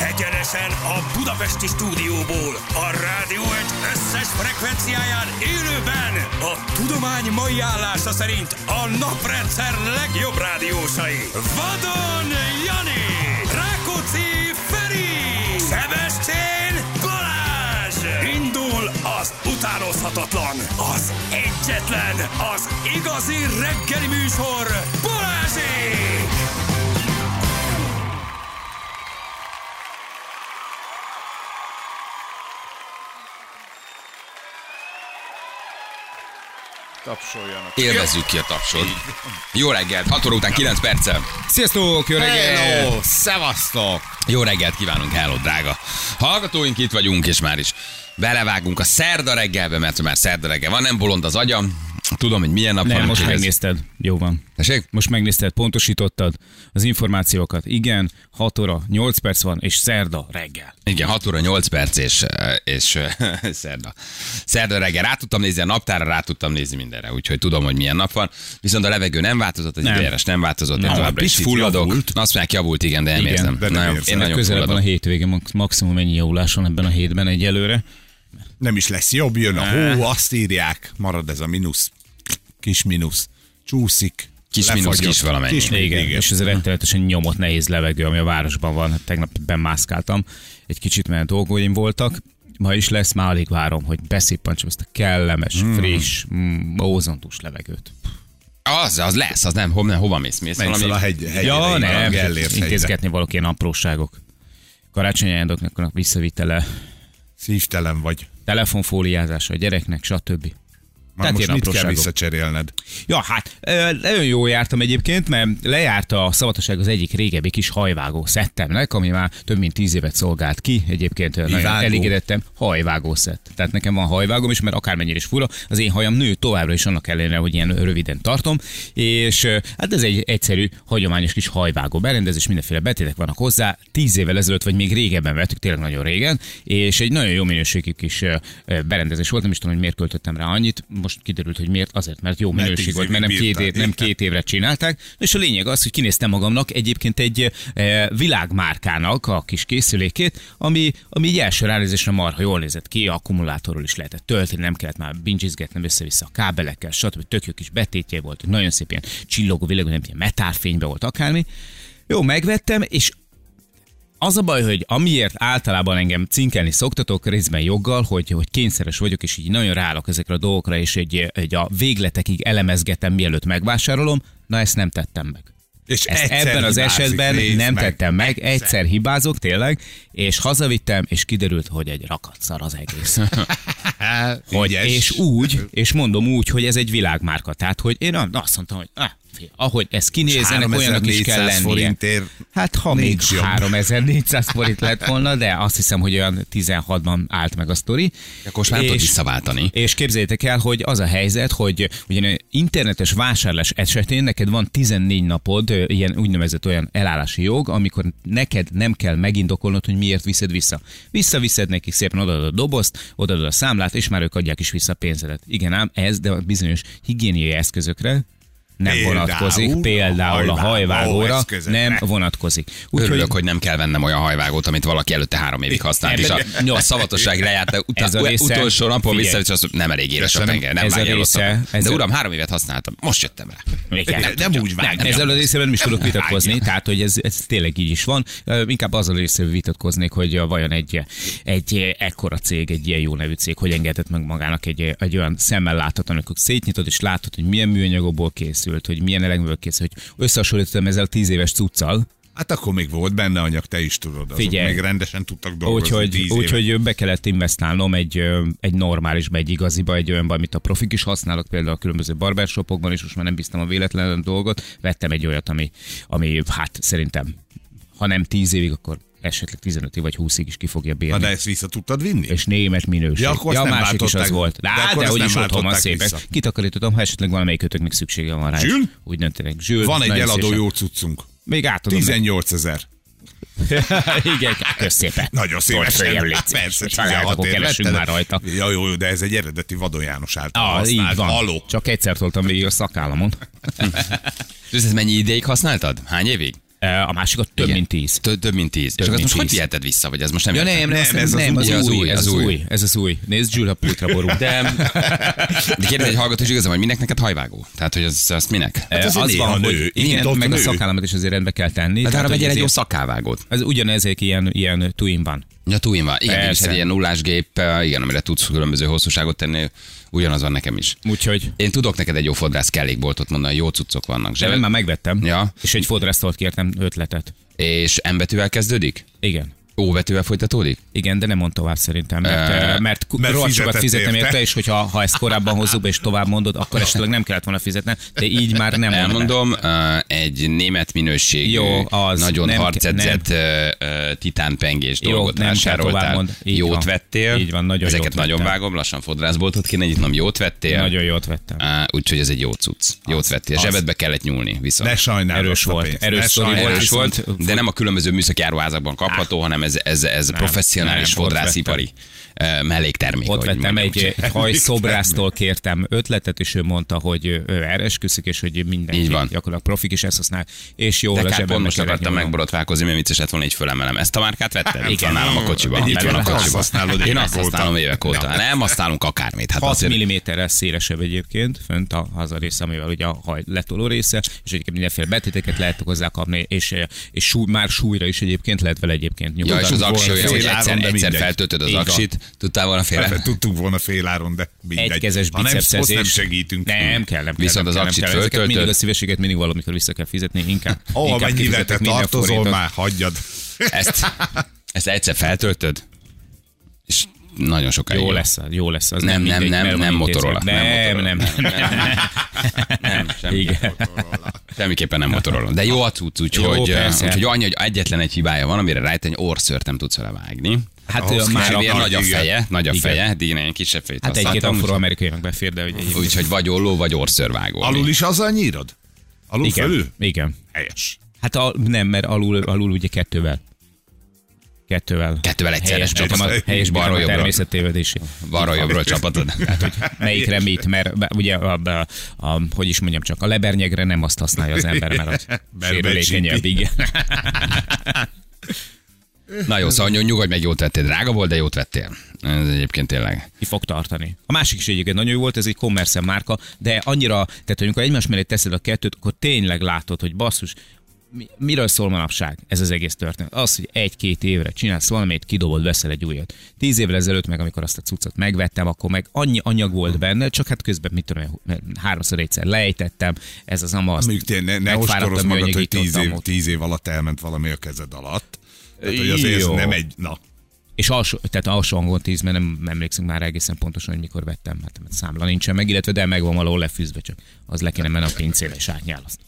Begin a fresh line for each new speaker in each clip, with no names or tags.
Élesen a Budapesti stúdióból, a Rádió egy összes frekvenciáján élőben a tudomány mai állása szerint a naprendszer legjobb rádiósai. Vadon Jani, Rákóczi Feri, Sebestyén Balázs! Indul az utánozhatatlan, az egyetlen, az igazi reggeli műsor Balázsék!
Tapsoljanak.
Élvezzük ki a tapsot. Jó reggelt, 6 óra után 9 percem. Sziasztok, jó reggelt!
Hello, szevasztok!
Jó reggelt kívánunk, hello, drága. Hallgatóink itt vagyunk, és már is belevágunk a szerda reggelbe, mert már szerda reggel van, nem bolond az agyam. Tudom, hogy milyen nap
Nem,
van.
most
úgyhogy ez-
megnézted. Jó van.
Tessék?
Most megnézted, pontosítottad az információkat. Igen, 6 óra, 8 perc van, és szerda reggel.
Igen, 6 óra 8 perc, és, eh, és szerda. Szerda reggel rá tudtam nézni a naptára, rá tudtam nézni mindenre, úgyhogy tudom, hogy milyen nap van. Viszont a levegő nem változott, az
Nem.
időjárás nem változott, én továbbra is
picit
fulladok. Na, azt mondják, javult, igen, de nem
Igen,
érzem.
de nem
Nagyon-
érzed.
Én nagyon
Közelebb van a
fulladok.
hétvége, max- maximum ennyi javulás van ebben a hétben egyelőre.
Nem is lesz jobb, jön a hó, azt írják, marad ez a mínusz. Kis mínusz. Csúszik.
Kis
lefagyott.
mínusz, kis valamennyi.
Kis mínusz,
Igen,
igen.
igen. és ez a rettenetesen nyomott, nehéz levegő, ami a városban van. Tegnap bemászkáltam egy kicsit, mert dolgóim voltak. Ma is lesz, már alig várom, hogy beszippantsam ezt a kellemes, friss, mm, ózontus levegőt.
Az, az lesz, az nem, ho, nem hova mész, mész
Menj fel a
valami...
hegy, hegyre.
Ja,
innen a
nem,
Gellért hegyre.
intézgetni valaki ilyen apróságok. Karácsonyi ajándéknak a visszavitele,
Szívtelen vagy.
telefonfóliázása a gyereknek, stb.
Már
Tehát
most
ilyen
mit kell
apróságok.
visszacserélned?
Ja, hát ö, nagyon jól jártam egyébként, mert lejárt a szabadság az egyik régebbi kis hajvágó szettemnek, ami már több mint tíz évet szolgált ki. Egyébként Mi nagyon
vágó?
elégedettem, hajvágó szett. Tehát nekem van hajvágom is, mert akármennyire is fura, az én hajam nő továbbra is annak ellenére, hogy ilyen röviden tartom. És ö, hát ez egy egyszerű, hagyományos kis hajvágó berendezés, mindenféle betétek vannak hozzá. Tíz évvel ezelőtt, vagy még régebben vettük, tényleg nagyon régen, és egy nagyon jó minőségű kis ö, ö, berendezés volt, nem is tudom, hogy miért költöttem rá annyit. Most kiderült, hogy miért, azért, mert jó
Mert
minőség
tíz
volt, mert nem
évig
két,
bírták.
év, nem
Értem.
két évre csinálták. És a lényeg az, hogy kinéztem magamnak egyébként egy e, világmárkának a kis készülékét, ami, ami így első ránézésre marha jól nézett ki, akkumulátorról is lehetett tölteni, nem kellett már bincsizgetnem össze-vissza a kábelekkel, stb. Tök jó kis betétje volt, nagyon szép ilyen csillogó világ, nem ilyen metálfénybe volt akármi. Jó, megvettem, és az a baj, hogy amiért általában engem cinkelni szoktatok, részben joggal, hogy, hogy kényszeres vagyok, és így nagyon rálok ezekre a dolgokra, és egy, egy a végletekig elemezgetem, mielőtt megvásárolom, na ezt nem tettem meg.
És
Ezt
egyszer
ebben az
hibázik,
esetben
nézd
nem
meg.
tettem meg, egyszer. hibázok tényleg, és hazavittem, és kiderült, hogy egy rakatszar az egész. hogy,
Ügyes.
és úgy, és mondom úgy, hogy ez egy világmárka, tehát hogy én azt mondtam, hogy ah, fél, ahogy ez kinézenek, olyanak is kell
3400
lennie.
forintért
Hát ha még
nincs jobb.
3400 forint lett volna, de azt hiszem, hogy olyan 16-ban állt meg a sztori.
Akkor most már nem
És-
tudod visszaváltani.
És képzeljétek el, hogy az a helyzet, hogy ugyan internetes vásárlás esetén neked van 14 napod, ö, ilyen úgynevezett olyan elállási jog, amikor neked nem kell megindokolnod, hogy miért viszed vissza. Visszaviszed nekik szépen, odaadod a dobozt, odaadod a számlát, és már ők adják is vissza a pénzedet. Igen ám, ez, de a bizonyos higiéniai eszközökre nem
Például
vonatkozik,
a
például a
hajvágó
hajvágóra
eszközökre.
nem vonatkozik.
Örülök, hogy nem kell vennem olyan hajvágót, amit valaki előtte három évig használt, és a,
Ebben-
a szavatosság lejárta,
Ez a
utá,
része-
utolsó napon
figyelj.
vissza, és azt mondom, nem elég édes a
Köszönöm.
tenger, nem
Ez a része-
vágyalottam.
ez
De
a-
uram, három évet használtam, most jöttem rá.
Igen,
Nem
tudja.
úgy vágja.
Nem, Ezzel a részében nem is tudok vitatkozni, tehát hogy ez, ez tényleg így is van. Ö, Inkább azzal a részével vitatkoznék, hogy ö, vajon egy, egy ekkora cég, egy ilyen jó nevű cég, hogy engedett meg magának egy, egy olyan szemmel láthatóan, amikor szétnyitod, és látod, hogy milyen műanyagokból készült, hogy milyen elemekből készült, hogy összehasonlítottam ezzel a tíz éves cuccal,
Hát akkor még volt benne anyag, te is tudod. Azok
Figyelj.
még rendesen tudtak dolgozni.
Úgyhogy,
tíz éve.
úgyhogy be kellett investálnom egy, ö, egy normálisba, egy igaziba, egy olyanba, amit a profik is használnak, például a különböző barbershopokban, és most már nem bíztam a véletlen dolgot, vettem egy olyat, ami, ami hát szerintem, ha nem 10 évig, akkor esetleg 15 év vagy 20-ig is ki fogja
Na
bírni.
de ezt vissza tudtad vinni?
és német minőség.
Ja, akkor azt
a
nem
másik is az
váltották. De
volt. De,
akkor
de,
azt
hogy
nem
is otthon van
váltották
szépen.
vissza.
Kitakarítottam, ha esetleg valamelyikőtöknek szüksége van rá. és
Zsül?
Úgy döntenek. Zsül,
Van egy
nagyon
eladó
szépen.
jó cuccunk.
Még átadom.
18 ezer.
Igen, kösz szépen.
Nagyon
Tortoljál,
szépen.
légy szíves.
Persze,
És családokon
16 év
keresünk
lett,
már
de-
rajta.
Ja, jó, jó, de ez egy eredeti Vadon János által
Ah, így
használt.
van.
Haló.
Csak egyszer toltam végig a szakállamon.
És ezt mennyi ideig használtad? Hány évig?
e, a másik a több
Igen.
mint 10.
Több, több mint tíz. és
mint
akkor azt most hogy
tíz.
viheted vissza, vagy ez most nem
Ja
értem.
nem, nem,
ez az
nem,
új,
az,
az
új,
új,
ez
az
az
új.
új, ez az új. Nézd, Gyula pultra borult.
De, de kérdez egy hallgató, és igazán, hogy minek neked hajvágó? Tehát, hogy Hát az, azt minek?
Eh,
azért néha nő.
igen,
Nyitott
meg a
nő.
szakállamat is azért rendbe kell tenni.
Hát arra
hogy
vegyél egy jó
ezért-
szakávágót.
ez ugyanezek ilyen, ilyen tuin van.
Ja, túl van. Igen, és
Persze.
egy ilyen nullásgép, eh, igen, amire tudsz különböző hosszúságot tenni, ugyanaz van nekem is.
Úgyhogy
Én tudok neked egy jó fodrász kellékboltot mondani, jó cuccok vannak.
de
Zsebe,
én már megvettem,
Ja.
és egy fodrásztól kértem ötletet.
És M betűvel kezdődik?
Igen.
Ó betűvel folytatódik?
Igen, de nem mond tovább szerintem, mert,
Eh,
mert, mert, ku-
mert
rohadt sokat
fizetett
fizetem
érte.
érte, és hogyha ha ezt korábban hozzuk be, és tovább mondod, akkor esetleg nem kellett volna fizetnem, de így már nem mondanám.
Elmondom, eh, egy német minőségű,
Jó, az
nagyon
nem ke-
harcedzett eh, eh, titánpengés
Jó,
dolgot
nem kell tovább
vásároltál.
mond. Így
Jót
van.
vettél.
Így van, nagyon
Ezeket
jót
nagyon
vettem.
vágom, lassan fodrászboltot kéne nyitnom, jót vettél.
Nagyon jót vettem.
Á, úgyhogy ez egy jó cucc. Jót vettél. Zsebedbe kellett nyúlni viszont.
Ne sajnáld
Erős
azt a
volt,
pénzt.
erős
Ne
sztori
sajnáld.
volt.
erős
viszont-
volt, de nem a különböző műszaki áruházakban kapható, hanem ez, ez, ez professzionális
nem, ott
fodrászipari eh, melléktermék.
Ott
ahogy
vettem
mondjam.
egy, egy hajszobrásztól kértem ötletet, és ő mondta, hogy ő erre esküszik, és hogy mindenki
Így van.
gyakorlatilag profik is ezt használ, és jó
De
a
kár, pont
zsebembe
most
kellett
akartam
nyúlnom.
megborotválkozni, mert vicces lett volna, így fölemelem. Ezt a márkát vettem? Itt van
Igen.
nálam a kocsiban.
Itt
Itt van
van,
a
azt
kocsiban.
használod
Én
évek
azt
óta.
használom évek óta. Nem használunk akármit. Hát
6
azért
mm-rel szélesebb egyébként, fönt a haza része, amivel ugye a haj letoló része, és egyébként mindenféle betéteket lehet hozzá kapni, és, és súly, már súlyra is egyébként lehet vele egyébként
Ja,
nyugodtan.
és az aksi olyan, hogy
féláron,
egyszer,
de
egyszer
mindegy.
feltöltöd az
Így van.
aksit, tudtál volna
Persze,
félre.
Tudtunk volna féláron, de mindegy.
Egykezes
ha nem,
bicepszezés.
azt nem segítünk.
Nem kell, nem kell,
Viszont
nem
az
kell, nem
aksit
kell. Ezeket
föltöltöd?
Mindig a szíveséget mindig valamikor vissza kell fizetni, inkább.
Ahol
inkább
mennyire te
kifizetek minden
tartozol,
forintot.
már hagyjad.
Ezt, ezt egyszer feltöltöd, és nagyon sokáig.
Jó lesz, az, jó lesz. Az
Nem, nem, nem,
mindegy, mert van
nem
intézve.
Motorola, nem
Nem, nem, nem.
Nem, semmi.
Igen.
Semmiképpen nem Motorola. De jó a cucc, úgyhogy,
Jó,
eh,
persze.
úgyhogy annyi, hogy egyetlen egy hibája van, amire rájtenni, orszört nem tudsz vele vágni.
Hát
Ahhoz kell
ő már
Már ilyen
akar-
nagy a
igen.
feje, nagy a
Igen.
feje, hát igen, ilyen kisebb fejét
Hát egy-két
használtam,
afroamerikai meg befér, de hogy
úgyhogy-
egyébként-
Úgyhogy vagy olló, vagy orszörvágó. ami-
Alul is azzal nyírod? Alul fölül?
Igen, igen.
Helyes.
Hát a, nem, mert alul, alul ugye kettővel. Kettővel.
Kettővel egyszerre
helyes
csapatod.
bitom a, helyes bitom
Balról
a Hát,
jobbra.
természettévedési.
Balról jobbról csapatod.
Melyikre mit, mert be- ugye, a, a, a, hogy is mondjam csak, a lebernyegre nem azt használja az ember, mert az
Mert
sérülékenyebb,
becsípi.
igen.
Na jó, szóval nyug- nyugodj meg, jót vettél. Drága volt, de jót vettél. Ez egyébként tényleg.
ki fog tartani. A másik is egyébként nagyon jó volt, ez egy commerce márka, de annyira, tehát amikor egymás mellé teszed a kettőt, akkor tényleg látod, hogy basszus, mi, miről szól manapság ez az egész történet? Az, hogy egy-két évre csinálsz valamit, kidobod, veszel egy újat. Tíz évvel ezelőtt meg, amikor azt a cuccot megvettem, akkor meg annyi anyag volt benne, csak hát közben mit tudom, én, háromszor egyszer lejtettem, ez az amaz.
Mondjuk tényleg ne, ne
Megfáradt a
ostorozz magad,
műanyag,
hogy
itt
tíz
ott,
év,
amott.
tíz év alatt elment valami a kezed alatt. Tehát, hogy azért ez
Jó.
nem egy... Na,
És alsó, tehát alsó hangon 10, mert nem emlékszünk már egészen pontosan, hogy mikor vettem, hát mert számla nincsen meg, illetve de meg van valahol lefűzve, csak az le kéne menni a pincére és átnyálaszni.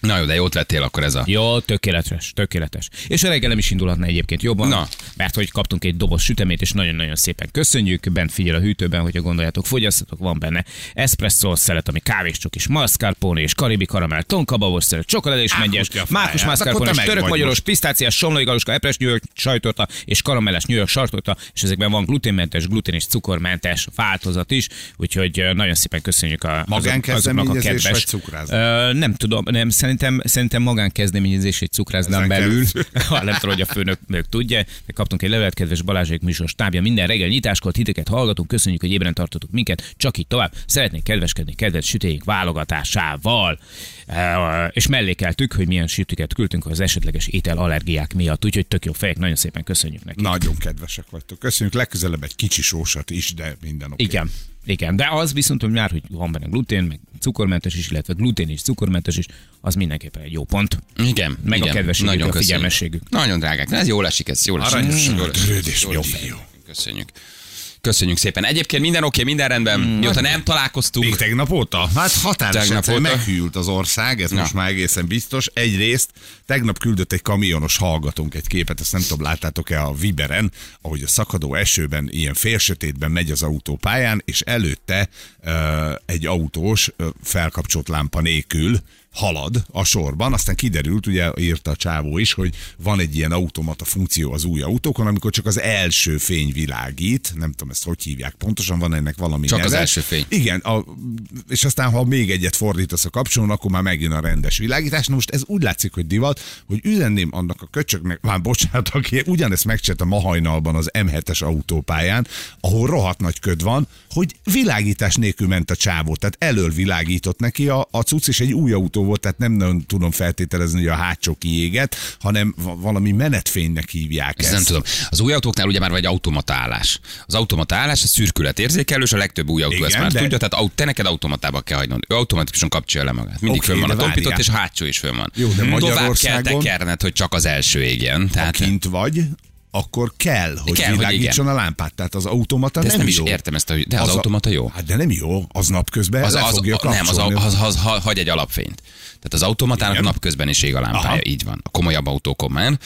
Na jó, de jót vettél akkor ez a...
Jó, tökéletes, tökéletes. És a reggelem is indulhatna egyébként jobban,
Na.
Na. mert hogy kaptunk egy doboz sütemét, és nagyon-nagyon szépen köszönjük. Bent figyel a hűtőben, hogyha gondoljátok, fogyasztatok, van benne espresszó szelet, ami kávéscsok és mascarpone és karibi karamell, tonkababos szelet, csokoládé és mengyes,
kutya fáját.
mákos
Hát akkor te
mascarpone és
meg
török
vagy
magyaros,
most.
pisztáciás, somlai galuska, epres nyűjök, sajtorta és karamelles nyűjök, sartorta, és ezekben van gluténmentes, glutén és cukormentes változat is, úgyhogy eh, nagyon szépen köszönjük a, azok- azoknak a
Magánkezdeményezés
kedves.
vagy cukrász?
Ö, nem tudom, nem, szerintem, szerintem magánkezdeményezés egy cukrászdán
Ezen
belül.
keresztül.
Ha nem tudom, hogy a főnök ők tudja, de kaptunk egy levelet, kedves Balázsék műsor stábja. Minden reggel nyitáskor titeket hallgatunk, köszönjük, hogy ébren tartotok minket, csak így tovább. Szeretnék kedveskedni kedves sütéink válogatásával. Ö, És mellékeltük, hogy milyen sütiket küldtünk az esetleges ételallergiák miatt. Úgyhogy tök jó fejek, nagyon szépen köszönjük neki.
nagyon kedvesek vagytok. Köszönjük, legközelebb egy kicsi sósat is, de minden oké.
Igen. Igen, de az viszont, hogy már, hogy van benne glutén, meg cukormentes is, illetve glutén és cukormentes is, az mindenképpen egy jó pont.
Igen,
Meg a
igen.
kedvességük, a
köszönjük.
figyelmességük.
Nagyon drágák. Na, ez jól esik, ez jól esik.
Aranyos,
Mm.
a törődés
Jól
mindig
esik.
jó.
Köszönjük. Köszönjük szépen. Egyébként minden oké, minden rendben.
Mm, hát
Mióta nem találkoztunk,
Még tegnap óta? Hát határosan
Tegnap
egyszerűen
óta.
meghűlt az ország, ez
Na.
most már egészen biztos. Egyrészt tegnap küldött egy kamionos hallgatónk egy képet, ezt nem tudom, láttátok-e a Viberen, ahogy a szakadó esőben, ilyen félsötétben megy az autópályán, és előtte ö, egy autós ö, felkapcsolt lámpa nélkül halad a sorban, aztán kiderült, ugye írta a csávó is, hogy van egy ilyen automata funkció az új autókon, amikor csak az első fény világít, nem tudom ezt hogy hívják pontosan, van ennek valami
Csak
neve.
az első fény.
Igen, a, és aztán ha még egyet fordítasz a kapcsolón, akkor már megjön a rendes világítás. Na most ez úgy látszik, hogy divat, hogy üzenném annak a köcsöknek, már bocsánat, aki ugyanezt megcsinálta ma hajnalban az M7-es autópályán, ahol rohadt nagy köd van, hogy világítás nélkül ment a csávó, tehát elől világított neki a, a cucc, és egy új autó volt, tehát nem nagyon tudom feltételezni, hogy a hátsó kiégett, hanem va- valami menetfénynek hívják
Ezt
ezt.
nem tudom. Az új autóknál ugye már vagy automata állás. Az automata állás a szürkület érzékelős, a legtöbb új autó
Igen,
ezt már
de-
tudja, tehát au- te neked automatába kell hagynod. Ő automatikusan kapcsolja le magát. Mindig
Oké,
okay, fönn
de
van a tompított,
várjál.
és a hátsó is fönn van.
Jó, de
Hmm. Tovább kell
Magyarországon-
tekerned, hogy csak az első égjen.
Ha
Tehát
kint vagy, akkor kell, hogy
Kell,
kell,
hogy
világítson hogy a lámpát. Tehát az automata
de
nem
ezt nem is
jó.
értem, ezt, hogy de az,
a-
automata jó.
Hát de nem jó, az napközben
Az,
le
az,
fogja
a- nem, az,
kapcsolni.
a- az, az, az hagy egy alapfényt. Tehát az automatának
Igen.
napközben is ég a lámpája,
Aha.
így van. A komolyabb autókon már.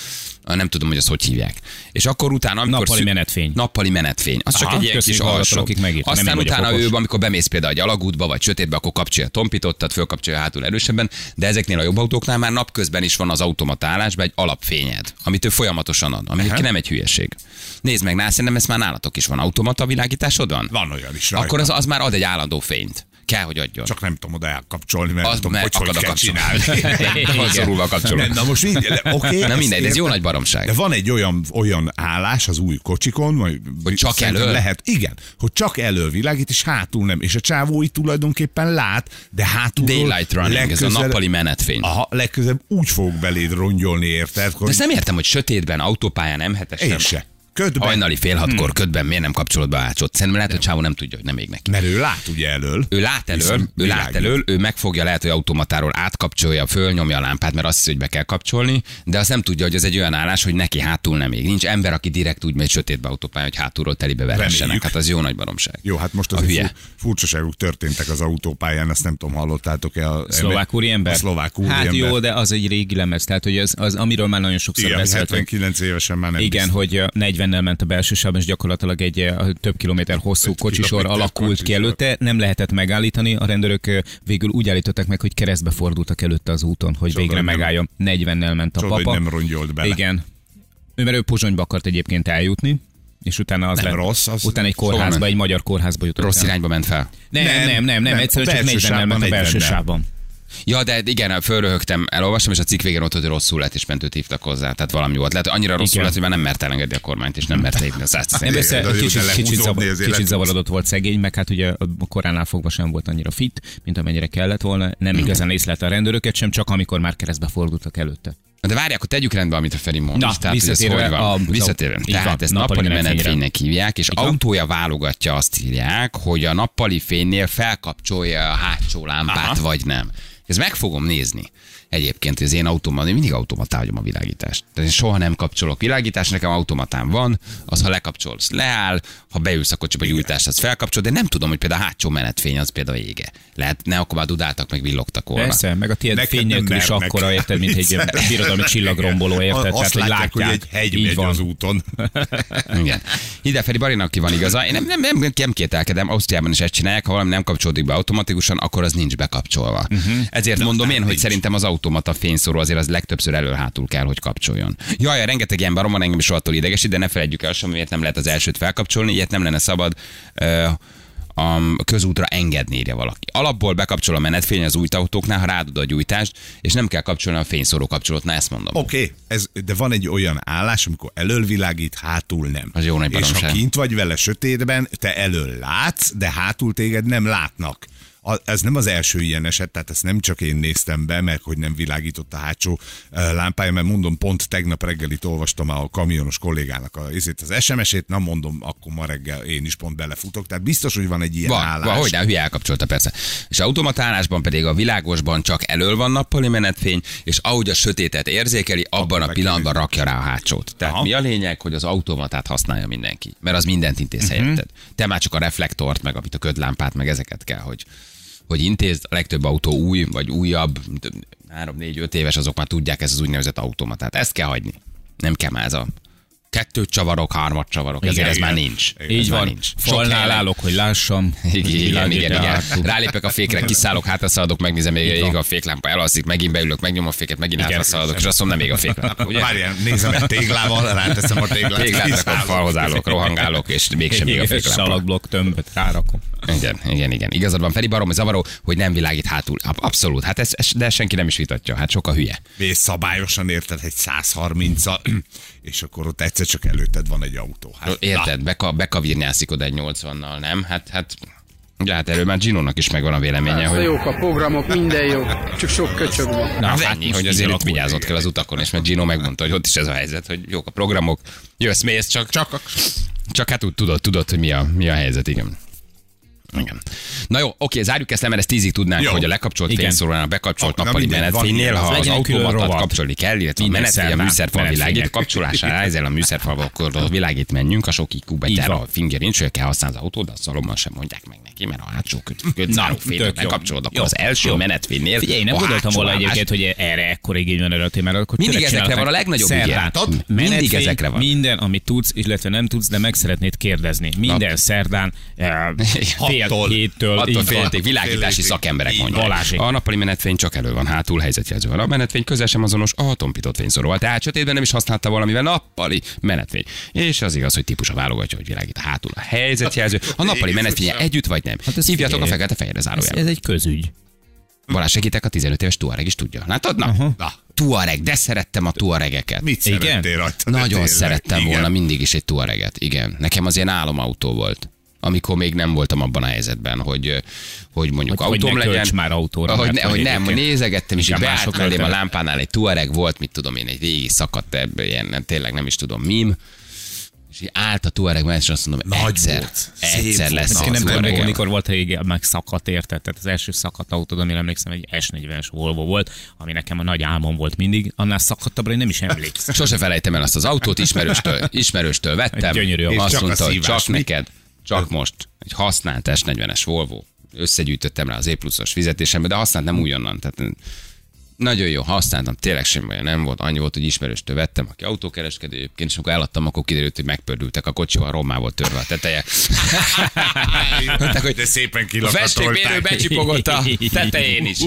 A Nem tudom, hogy azt hogy hívják. És akkor utána, amikor
Nappali menetfény.
Nappali menetfény. Az csak
Aha,
egy ilyen kis
köszönjük hallgatók,
alsó.
akik megírták. Nem
Aztán
én vagyok
utána
okos.
ő, amikor bemész például a gyalagútba, vagy sötétbe, akkor kapcsolja a tompitot, tehát fölkapcsolja hátul erősebben, de ezeknél a jobb autóknál már napközben is van az automatálásban egy alapfényed, amit ő folyamatosan ad, ami nem egy hülyeség. Nézd meg, nál, szerintem ez már nálatok is van. Automata világításod van?
Van olyan is rajta.
Akkor az, az már ad egy állandó fényt. Kell, hogy adjon.
Csak nem tudom oda elkapcsolni, mert
Az
nem tudom,
meg
hogy hogy
akad a
kell
kapcsoló.
csinálni.
Igen. Szorulva a kapcsoló.
Nem, Na most mindegy, de oké.
Na
ezt
mindegy, ez jó
értem.
nagy baromság.
De van egy olyan, olyan állás az új kocsikon, vagy
Hogy csak
szerintem
elől?
Lehet, igen, hogy csak elől világít, és hátul nem. És a csávó itt tulajdonképpen lát, de hátul
Daylight running, ez a nappali menetfény.
Aha, legközelebb úgy fogok beléd rongyolni, érted?
De
Hogy
ezt nem értem, hogy sötétben, autópályán, m 7
én Hm. se. Ködben,
Hajnali fél hatkor ködben miért nem kapcsolod be a hátsót? Szerintem lehet, hogy Csávó nem tudja, hogy nem ég neki.
mert ő lát ugye elől.
Ő lát elől,
Viszont
ő lát
világít.
elől, ő megfogja lehet, hogy automatáról átkapcsolja, fölnyomja a lámpát, mert azt hiszi, hogy be kell kapcsolni, de azt nem tudja, hogy ez egy olyan állás, hogy neki hátul nem ég. Nincs ember, aki direkt úgy megy sötétbe autópályán, hogy hátulról telibe verhessenek.
Reméljük.
Hát az jó nagy baromság.
Jó, hát most
A
az
hülye.
furcsaságok történtek az autópályán, ezt nem tudom, hallottátok-e? A,
Szlovák úriember?
A szlovák úriember.
Hát jó, de az egy régi lemez, tehát hogy az, az amiről már nagyon sokszor
Igen,
beszéltünk.
79 évesen már nem
Igen,
biztos.
hogy ö, 40-nel ment a belső sáv, és gyakorlatilag egy ö, több kilométer hosszú
Öt
kocsisor
kilométer
alakult ki
kocsisor.
előtte, nem lehetett megállítani, a rendőrök ö, végül úgy állították meg, hogy keresztbe fordultak előtte az úton, hogy
Csoda,
végre
hogy nem-
megálljon. 40-nel ment hát a
Csoda, hogy
papa.
nem rongyolt bele.
Igen. Ő, mert ő Pozsonyba akart egyébként eljutni, és utána az
Nem
lett,
rossz, az- Szóval
utána egy
Hova
kórházba,
ment?
egy magyar kórházba jutott.
Rossz
el.
irányba ment fel.
nem, nem, nem, nem,
nem, a
egyszerűen csak
belső
40-nel ment a
sávban,
belső
40-nel.
sávban.
Ja, de igen, fölröhögtem, elolvastam, és a cikk végén ott, hogy rosszul lett, és mentőt hívtak hozzá. Tehát valami volt. Lehet, annyira rosszul
Igen.
lett, hogy már nem mert elengedni a kormányt, és nem mert lépni a 110
Nem,
de
össze,
jó,
kicsit,
de lehúzódni
kicsit, zavar,
azért
kicsit
lehet.
zavarodott volt szegény, meg hát ugye a koránál fogva sem volt annyira fit, mint amennyire kellett volna. Nem igazán észlelte a rendőröket sem, csak amikor már keresztbe fordultak előtte.
De várják, akkor tegyük rendbe, amit a Feri mond.
Na,
tehát, hogy ez
visszatérve
hogy van.
a- szóval
visszatérve.
Így
Tehát
van,
ezt
nappali
nappali
menetfényre.
menetfénynek hívják, és
van.
autója válogatja, azt írják, hogy a nappali fénynél felkapcsolja a hátsó lámpát,
Aha.
vagy nem. Ez meg fogom nézni. Egyébként, hogy az én autómban, én mindig automatán hagyom a világítást. Tehát én soha nem kapcsolok világítást, nekem automatán van, az ha lekapcsolsz, leáll, ha beülsz a kocsiba gyújtást, az felkapcsol, de nem tudom, hogy például a hátsó menetfény az például ége. Lehet, ne akkor már dudáltak, meg villogtak volna.
Persze, meg a tiéd
Neked
fény
nem
nélkül is
mernek.
akkora, érted, mint egy ilyen birodalmi csillagromboló, érted?
Azt
Tehát, hogy
látják, hogy
látják.
egy hegy
Így
megy
van.
az úton.
Igen. Ide Feri Barinak ki van igaza. Én nem, nem, nem, nem kételkedem, Ausztriában is ezt csinálják, ha valami nem kapcsolódik be automatikusan, akkor az nincs bekapcsolva. Uh-huh. Ezért De mondom én, hogy szerintem az automata fényszóró azért az legtöbbször elől-hátul kell, hogy kapcsoljon. Jaj, rengeteg ilyen barom van, engem is attól idegesít, de ne felejtjük el sem, miért nem lehet az elsőt felkapcsolni, ilyet nem lenne szabad ö, a közútra engedni ide valaki. Alapból bekapcsol a menetfény az új autóknál, ha rádod a gyújtást, és nem kell kapcsolni a fényszóró kapcsolót, na ezt mondom.
Oké, ez, de van egy olyan állás, amikor elől világít, hátul nem.
Az jó nagy
És ha
baromság.
kint vagy vele sötétben, te elől látsz, de hátul téged nem látnak. A, ez nem az első ilyen eset, tehát ezt nem csak én néztem be, mert hogy nem világított a hátsó ö, lámpája, mert mondom, pont tegnap reggel itt olvastam a kamionos kollégának a, ezért az SMS-ét, nem mondom, akkor ma reggel én is pont belefutok, tehát biztos, hogy van egy ilyen
Van,
állás.
van, hogy nem, hülye elkapcsolta persze. És automatálásban pedig a világosban csak elől van nappali menetfény, és ahogy a sötétet érzékeli, abban a
meg-
pillanatban rakja rá a hátsót. Tehát
Aha.
mi a lényeg, hogy az automatát használja mindenki, mert az mindent intéz
Mhm.
helyetted. Te már csak a reflektort, meg amit a ködlámpát, meg ezeket kell, hogy hogy intézd, a legtöbb autó új, vagy újabb, 3-4-5 éves, azok már tudják ezt az úgynevezett automatát. Ezt kell hagyni. Nem kell már ez a Kettőt csavarok, hármat csavarok, ezért ez
igen.
már nincs. Ez
Így
már
van,
nincs. Sok
falnál
helyen-
állok, hogy lássam.
Igen, igen,
Világít
igen,
a
igen.
hátul.
Rálépek a fékre, kiszállok, hátraszaladok, megnézem, még ég a féklámpa elalszik, megint beülök, megnyomom a féket, megint hátraszaladok, és azt mondom, nem ég a féklámpa, ugye?
Várjál, nézem egy téglával, ráteszem a téglát.
Téglát rakom,
kiszállok.
falhoz állok, rohangálok, és mégsem ég a
Igen,
féklámpa.
Salakblokk tömböt rárakom.
Igen, igen, igen. Igazad van, Feri barom, zavaró, hogy nem világít hátul. Ab- Abszolút, hát ez, ez- de senki nem is vitatja, hát sok a hülye.
Mész szabályosan, érted, egy 130 -a, és akkor ott egyszer csak előtted van egy autó. Hát,
Érted, beka, bekavirnyászik oda egy 80-nal, nem? Hát, hát, ugye, hát erről már Ginónak is megvan a véleménye,
Persze,
hogy
Jók a programok, minden jó, csak sok köcsög van.
Na, az
hát
ennyi,
most
hogy
így
azért itt
alakult,
vigyázott kell az utakon, és mert Gino megmondta, hogy ott is ez a helyzet, hogy jók a programok, jössz, mész, csak, csak, csak hát úgy tudod, tudod, hogy mi a, mi a helyzet, igen. Igen. Na jó, oké, zárjuk ezt le, mert ezt tízig tudnánk,
Jó.
hogy a lekapcsolt
Igen.
fényszórónál, a bekapcsolt
Na,
nappali
mindegy, van
menetfénynél,
ilyen.
ha az
Legyen egy külön
autómatat
rovat.
kapcsolni kell, illetve a
Minden
menetfél, a
szerdán
műszerfal
menetfények.
világít, a kapcsolására ezzel a műszerfalval akkor a világít menjünk, a sok IQ betyár,
Így van.
a finger nincs, hogy kell használni az autót, de azt szalommal sem mondják meg neki, mert a hátsó köt, köt
Na,
záró
tök
félet
jó.
bekapcsolod, akkor
Jó.
az első
Jó.
menetfénynél.
Figyelj, én nem
a
gondoltam
hátsó
volna
állás-
egyébként, hogy erre ekkor igény van erre a témára. Akkor
Mindig
tényleg
ezekre
csinálták.
van a legnagyobb
Szerdán.
igény. Tudod?
Menetfény,
Mindig ezekre van.
Minden, amit tudsz, illetve nem tudsz, de meg szeretnéd kérdezni. Minden szerdán, eh, fél
Hattól.
héttől, így
Attól
van.
félték, világítási
Félték.
szakemberek
Így
mondják.
van. Balázsék.
A nappali menetfény csak elő van, hátul helyzetjelző van. A menetfény közel sem azonos a tompított fényszorral. Tehát sötétben nem is használta valamivel nappali menetfény. És az igaz, hogy típusa válogatja, hogy világít a hátul a helyzetjelző. A nappali menetfénye együtt vagy nem.
Hát ez
Hívjátok a
figyelj.
fekete fejre
Ez,
zárójel.
ez egy közügy.
Balázs segítek, a 15 éves Tuareg is tudja. Látod? Na, na. Tuareg, de szerettem a Tuaregeket.
Mit
Igen?
szerettél rajta? de
Nagyon
tényleg?
szerettem
Igen.
volna mindig is egy Tuareget, igen. Nekem az ilyen álomautó volt amikor még nem voltam abban a helyzetben, hogy, hogy mondjuk
Hogy- hogy
autóm
ne költs
legyen.
már autóra,
Hogy, ne,
mert
hogy nem,
egyébként-
hogy nézegettem, és így
Igen,
beállt
mások
mellém a
öltenek.
lámpánál egy tuareg volt, mit tudom én, egy régi szakadt ebből, ilyen, nem, tényleg nem is tudom, mim. És így állt a tuareg mellett, és azt mondom,
Nagy
egyszer,
volt, szép
egyszer
volt.
lesz
Ezt
az
én nem tudom,
Tuaregem.
mikor, mikor volt régi, meg szakadt érted. Tehát az első szakadt autód, amire emlékszem, egy S40-es Volvo volt, ami nekem a nagy álmom volt mindig. Annál szakadtabbra én nem is emlékszem.
Sose felejtem el azt az autót, ismerőstől, ismerőstől vettem.
Gyönyörű
És
autó.
Azt
csak a
mondta, hogy
szívás,
csak
mi?
neked, csak most. Egy használt S40-es Volvo. Összegyűjtöttem rá az E pluszos fizetésembe, de használt nem újonnan. Tehát nagyon jó, használtam, tényleg sem olyan nem volt. Annyi volt, hogy ismerőstől vettem, aki autókereskedő egyébként, és amikor eladtam, akkor kiderült, hogy megpördültek a kocsival, rommá volt törve a teteje. Mondták, hogy
De szépen
a festékmérő
kilakatolták.
becsipogott a tetején is.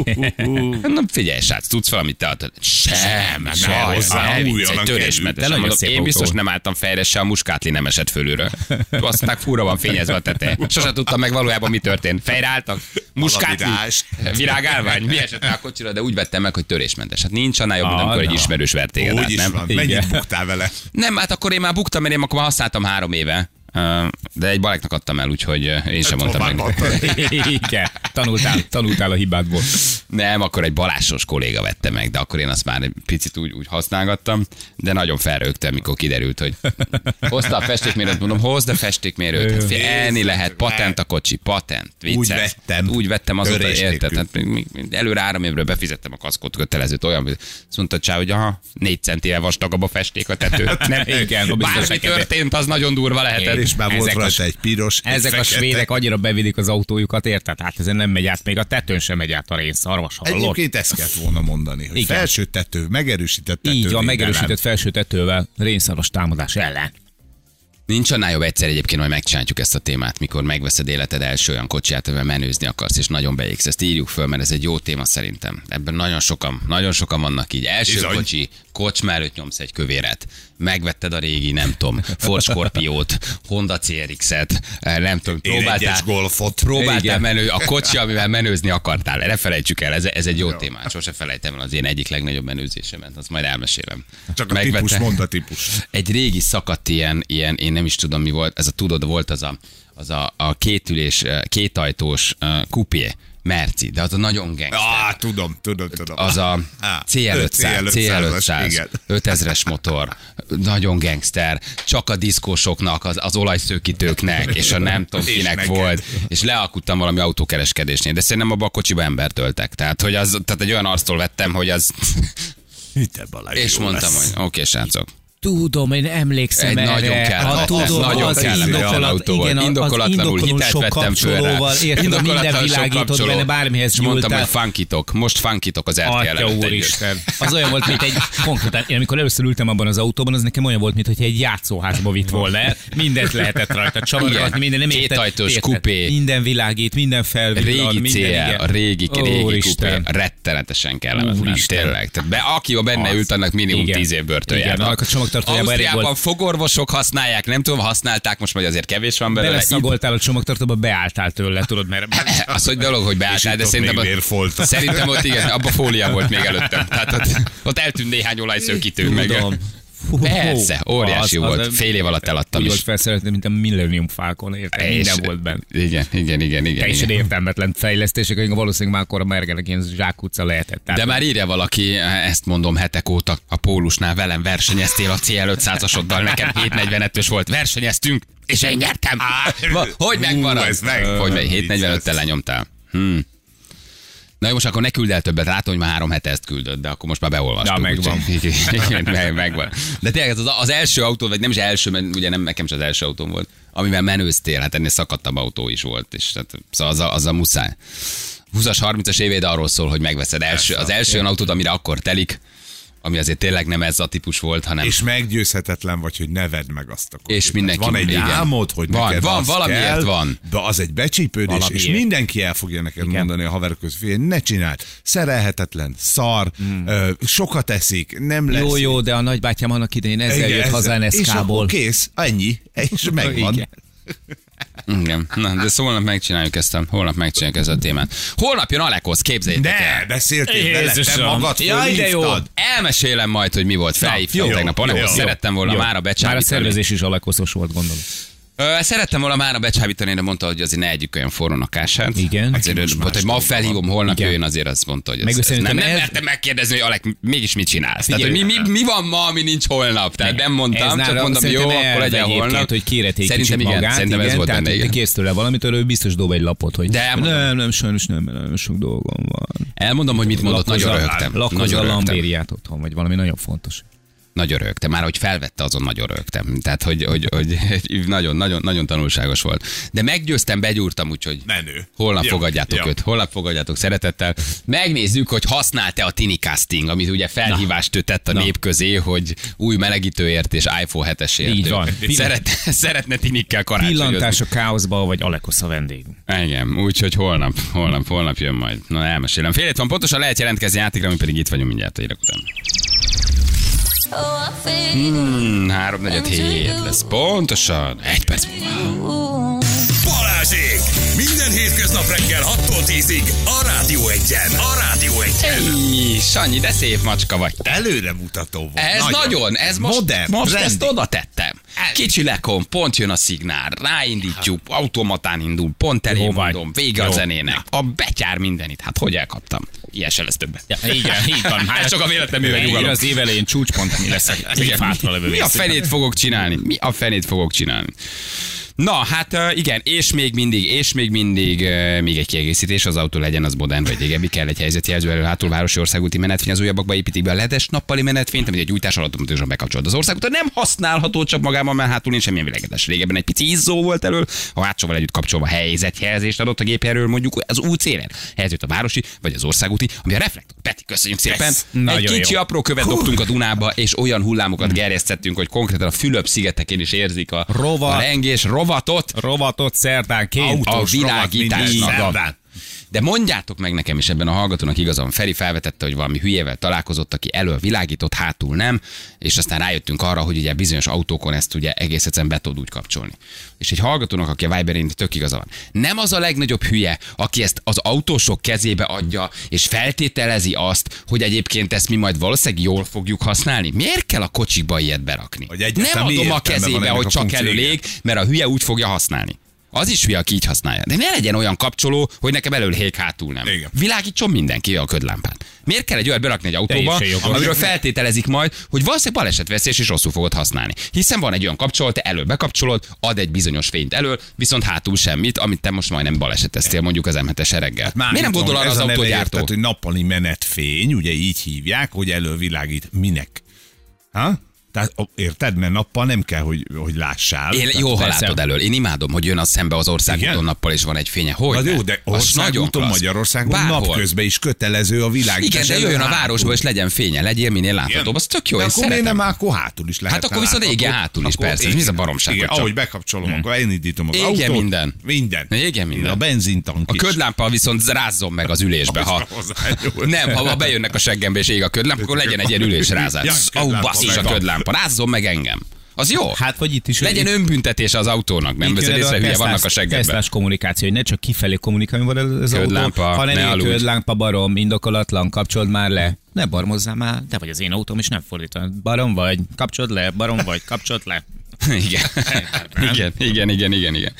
Na figyelj, srác, tudsz valamit te adtad? Sem,
nem,
nem,
hozzá
nem,
újonnan
egy
került.
törésmentes.
De nagyon
Mondom,
szép
Én
autó
biztos
volt.
nem álltam fejre, se a muskátli nem esett fölülről. Aztán fúra van fényezve a teteje. Sose tudtam meg valójában, mi történt. Fejre álltak, muskátli,
Valami rás.
virágálvány, mi esett rá a kocsira, de úgy vettem meg, hogy törésmentes. Hát nincs annál jobb, mint
Ah,
amikor egy
na.
ismerős vertéged.
Úgy is
nem?
van.
Igen.
Mennyit buktál vele?
Nem, hát akkor én már buktam, mert én akkor már használtam három éve. Ö, De egy baleknak adtam el, úgyhogy ö, én sem mondtam meg.
Tovább adtad.
Igen, tanultál, tanultál a hibádból.
Nem, akkor egy balásos kolléga vette meg, de akkor én azt már egy picit úgy, úgy használgattam, de nagyon felrögtem, mikor kiderült, hogy hozta a festékmérőt, mondom, hozd a festékmérőt, hát fél, elni lehet, patent a kocsi, patent, vicces.
Úgy vettem.
Úgy vettem azóta,
Törés
érted?
nélkül.
Tehát még- még- még előre három évről befizettem a kaszkót kötelezőt, olyan, hogy azt mondta Csá, hogy aha, négy centivel vastagabb a festék a tető.
Hát
Nem,
Igen, biztos
bármi
fekete.
történt, az nagyon durva lehetett.
És már volt
Ezek a
rajta
s-
egy piros, egy
Ezek a
fekete.
svédek annyira bevidik az autójukat, érted? Hát ezen nem megy át, még a tetőn sem megy át a rénszarvas, hallod?
Egyébként ezt kellett volna mondani, hogy
Igen.
felső tető, megerősített tető.
Így van,
védelem.
megerősített felső tetővel rénszarvas támadás ellen.
Nincs annál jobb egyszer egyébként, majd megcsántjuk ezt a témát, mikor megveszed életed első olyan kocsiját, amivel menőzni akarsz, és nagyon beégsz. Ezt írjuk föl, mert ez egy jó téma szerintem. Ebben nagyon sokan, nagyon sokan vannak így. Első
Bizony.
Bizony. kocsi, kocsma előtt nyomsz egy kövéret. Megvetted a régi, nem tudom, Ford Scorpiót, Honda CRX-et, eh, nem tudom,
Én
próbáltál,
egyes golfot.
próbáltál
Igen.
menő, a kocsi, amivel menőzni akartál. Ne felejtsük el, ez, ez egy jó, téma. Sose felejtem el az én egyik legnagyobb menőzésemet, azt majd elmesélem.
Csak a típus,
Megvette-
mondd a típus.
egy régi szakadt ilyen, ilyen, én nem is tudom mi volt, ez a tudod, volt az a, az a, a kétülés, eh, kétajtós eh, kupé, Merci, de az a nagyon gangster.
Á, tudom, tudom, tudom.
Az a
Á,
CL500,
CL500,
CL500,
igen.
5000-es motor, nagyon gangster, csak a diszkósoknak, az, az olajszőkítőknek, és a nem tudom
És
kinek
neked.
volt, és lealkuttam valami autókereskedésnél, de szerintem abba a kocsiba embert öltek. Tehát, hogy az, tehát egy olyan arctól vettem, hogy az
Hitte Balázs,
és
jó
mondtam,
lesz.
hogy oké, okay, srácok,
Tudom, én emlékszem
Egy
erre.
nagyon kellemetlen,
Ha tudom,
nagyon
Hát az
kellemetlen
indokolat,
autó volt.
igen, az
Indokolatlanul
indokolul
hitelt
sok
vettem föl rá.
kapcsolóval, érted, minden
Indokolatlan sok
világított
kapcsoló.
benne, bármihez
És mondtam,
nyúltál.
hogy funkitok. Most funkitok az RTL
Atya
előtt együtt.
úristen. Az olyan volt, mint egy konkrétan, én amikor először ültem abban az autóban, az nekem olyan volt, mintha egy játszóházba vitt volna el. Mindent lehetett rajta csavargatni,
Igen.
minden nem érted-
Kétajtós
érted.
kupé.
Minden világít, minden felvillan,
Régi
minden,
CL,
igen.
a régi,
Ó,
régi kupé,
Isten.
rettenetesen kellemetlen,
Úristen.
tényleg. Tehát be, aki a benne
Az.
ült, annak minimum
Igen.
10 év börtön
Igen,
jár.
annak a csomagtartójában elég
Ausztriában
volt.
fogorvosok használják, nem tudom, használták, most vagy azért kevés van belőle. Itt-
Beleszagoltál a csomagtartóba, beálltál tőle, tudod, mert...
Az, hogy dolog, hogy beálltál, de
ott
szerintem,
még
ott,
vérfolt.
szerintem ott igen, abban fólia volt még előttem. Tehát ott, ott eltűnt néhány olajszőkítő meg.
Tudom. Fú,
Persze, óriási
az- az-
volt. Fél év alatt eladtam
Úgy
is.
volt felszereltem, mint a Millennium Falcon, érted?
És-
Minden volt benne.
Igen, igen, igen, igen.
Teljesen
igen.
értelmetlen fejlesztések, amik valószínűleg már akkor a mergelek ilyen zsákutca lehetett. Tehát
De már írja valaki, ezt mondom hetek óta, a pólusnál velem versenyeztél a CL500-asoddal, nekem 745-ös volt, versenyeztünk, és én nyertem. Va- Hogy megvan
Hú,
az?
ez meg-
Hogy meg
vicces.
745-tel lenyomtál. Hm. Na jó, most akkor ne küld el többet, látom, hogy már három hete ezt küldött, de akkor most már beolvastuk.
Na, megvan.
úgyhogy- Igen, meg- megvan. De tényleg ez az, az első autó, vagy nem is első, mert ugye nem nekem is az első autóm volt, amivel menőztél, hát ennél szakadtabb autó is volt, és tehát, szóval az a, az a muszáj. 20-as, 30-as évéd arról szól, hogy megveszed első, az első olyan autót, amire akkor telik, ami azért tényleg nem ez a típus volt, hanem...
És meggyőzhetetlen vagy, hogy ne vedd meg azt a kocsit.
És mindenki-
Tehát Van egy
igen.
álmod, hogy
Van,
neked
van,
az
valamiért
kell,
van.
De az egy becsípődés, és
Valamiért.
mindenki el fogja neked igen. mondani a haverok között, hogy ne csináld, szerelhetetlen, szar, mm. ö, sokat eszik, nem lesz.
Jó, jó, de a nagybátyám annak idején ezzel
Igen,
jött haza
És
NSK-ból.
akkor kész, ennyi, és megvan.
Igen.
Igen. Na, de szóval holnap megcsináljuk ezt a, holnap megcsináljuk ezt a témát. Holnap jön Alekosz, képzeljétek el!
Ne, beszéltél vele, te
Jézusom.
magad
Jaj, de jó.
fölhívtad.
Elmesélem majd, hogy mi volt. Felhívtam
jó,
tegnap,
jó,
ahol
jó.
szerettem volna már a
Már a
becsábítani.
szervezés is alakoszos volt, gondolom.
Ö, szerettem volna már a becsábítani, de mondta, hogy azért ne együk olyan forron a kását.
Igen.
Azért ő, volt, hogy ma felhívom, holnap Igen. jön, azért azt mondta, hogy ez,
Meg ő
ez nem,
szerintem
nem
ez-
mertem megkérdezni, hogy Alek, mégis mit csinálsz? Tehát, hogy
Figyelj.
mi, mi, mi, van ma, ami nincs holnap? Tehát nem mondtam,
nála
csak mondom, jó,
szerintem
akkor
elv
legyen
egyébként,
holnap.
hogy kéreték
szerintem
kicsit
igen,
magát,
szerintem
igen,
ez volt
tehát,
benne,
hogy
igen.
te kérsz tőle valamit, ő biztos dob egy lapot, hogy
De elmondom.
nem, nem, sajnos nem, mert nagyon sok dolgom van.
Elmondom, hogy mit mondott,
Lakozza-
nagyon röhögtem.
Lakozza
Nagyon röhögtem. Hát,
lambériát otthon, vagy valami nagyon fontos.
Nagyon rögtem, már hogy felvette, azon nagyon rögtem. Tehát, hogy, hogy, hogy nagyon, nagyon, nagyon tanulságos volt. De meggyőztem, begyúrtam, úgyhogy
Menő.
holnap
Jó,
fogadjátok
jó.
őt, holnap fogadjátok szeretettel. Megnézzük, hogy használta a Tini Casting, amit ugye felhívást ő tett a nép közé, hogy új melegítőért és iPhone 7-esért.
Így van.
Szeret, szeretne Tinikkel karácsonyozni.
Pillantás a káoszba, vagy Alekosz a vendégünk.
Igen, úgyhogy holnap, holnap, holnap jön majd. Na, elmesélem. Fél hét van pontosan, lehet jelentkezni játékra, mi pedig itt vagyunk mindjárt a hírek után.
Oh, I feel
Hmm, Háromnegyed hét lesz. Pontosan. Egy perc múlva.
you.
Balázsék! Minden hétköznap reggel 6-tól 10-ig a Rádió Egyen. A Rádió Egyen.
Ej, Sanyi, de szép macska vagy te.
Előremutató volt.
Ez nagyon, ez most,
Modern,
most
trendi.
ezt oda tettem. Kicsi lekom, pont jön a szignál, ráindítjuk, automatán indul, pont elé
Jó vagy.
mondom, vége a
Jó.
zenének. A betyár mindenit, hát hogy elkaptam? Ilyen se lesz többet.
Igen, így van.
Hát csak a véletlen műveg
Én
ugalom.
az év elején csúcspont, mi leszek.
Igen,
Fátra
mi,
lövő
mi a
vészük.
fenét fogok csinálni? Mi a fenét fogok csinálni? Na, hát ö, igen, és még mindig, és még mindig ö, még egy kiegészítés, az autó legyen az modern vagy régebbi, kell egy helyzetjelző elő hátul városi országúti menetfény, az újabbakba építik be a ledes nappali menetfényt, amit egy újtás alatt automatikusan bekapcsolod. Az országúton nem használható, csak magában, mert hátul nincs semmilyen világítás. Régebben egy pici izzó volt elől, a hátsóval együtt kapcsolva helyzetjelzést adott a gépjelről mondjuk az út szélén. Ehhez jött a városi vagy az országúti, ami a reflektor. Peti, köszönjük szépen.
Yes.
egy
Nagyon jó.
kicsi kicsi apró követ dobtunk a Dunába, és olyan hullámokat gerjesztettünk, hogy konkrétan a Fülöp-szigeteken is érzik a,
Rovat.
a rengés rovatot
Rovatot szerdánként.
a világításnak.
mindig
a-
szerdán.
De mondjátok meg nekem is ebben a hallgatónak igazán Feri felvetette, hogy valami hülyével találkozott, aki elől világított, hátul nem, és aztán rájöttünk arra, hogy ugye bizonyos autókon ezt ugye egész egyszerűen be tudod úgy kapcsolni. És egy hallgatónak, aki a Viberén tök igaza van. Nem az a legnagyobb hülye, aki ezt az autósok kezébe adja, és feltételezi azt, hogy egyébként ezt mi majd valószínűleg jól fogjuk használni. Miért kell a kocsikba ilyet berakni?
Hogy egyáltalán
nem
mi
adom a
értelme van
kezébe,
ennek
hogy
a
csak
funkciója?
elölég, mert a hülye úgy fogja használni. Az is hülye, aki így használja. De ne legyen olyan kapcsoló, hogy nekem elől hék hátul nem.
Igen.
Világítson mindenki a ködlámpát. Miért kell egy olyat berakni egy autóba,
Teljesen jogos.
amiről feltételezik majd, hogy valószínűleg balesetveszélyes és rosszul fogod használni. Hiszen van egy olyan kapcsoló, te elől bekapcsolod, ad egy bizonyos fényt elől, viszont hátul semmit, amit te most majdnem baleseteztél mondjuk az M7-es reggel.
Hát
Miért nem gondol arra
ez
az
a neve
autógyártó?
Érted, hogy nappali menetfény, ugye így hívják, hogy elővilágít. Minek? Ha? Tehát ó, érted, mert nappal nem kell, hogy, hogy lássál.
Én
Tehát-
jó, ha
persze.
látod elől. Én imádom, hogy jön az szembe az országúton
Igen?
nappal, és van egy fénye. Hogy?
Az
ne?
jó, de
Az
országúton
klassz.
Magyarországon
Bárhol.
napközben is kötelező a világ.
Igen, de
Tehát
jöjjön a
hátul.
városba, és legyen fénye, legyél minél láthatóbb. Az tök jó,
De
én
akkor miért
szeretem.
nem, akkor hátul is lehet.
Hát akkor viszont
látható.
igen, hátul is,
Akkor
persze. Ez
igen.
mi ez a baromság,
Igen,
hogy csak-
ahogy bekapcsolom, akkor elindítom az
Égen
autót.
minden.
Minden.
Égen minden.
A benzintank
A
is.
ködlámpa viszont rázzon meg az ülésbe. Ha,
Hozzányúl.
nem, ha ha bejönnek a seggembe és ég a ködlámpa, akkor legyen egy ilyen
Ja,
ülésrázás. Au,
ködlámpa
basszus a
meg van.
ködlámpa, rázzon meg engem. Az jó.
Hát vagy itt is. hogy
Legyen
itt-
önbüntetés az autónak, nem
itt
veszed
jön elő
észre,
a
hülye vannak a
Teslás-
seggemben.
Teslás kommunikáció, hogy ne csak kifelé kommunikálni van ez az autó,
Ködlámpa, ne
hanem
aludj.
ködlámpa barom, indokolatlan, kapcsold már le. Ne barmozzál már, te vagy az én autóm, és nem fordítva. Barom vagy, kapcsold le, barom vagy, kapcsold le.
Igen. igen, igen, igen, igen, igen.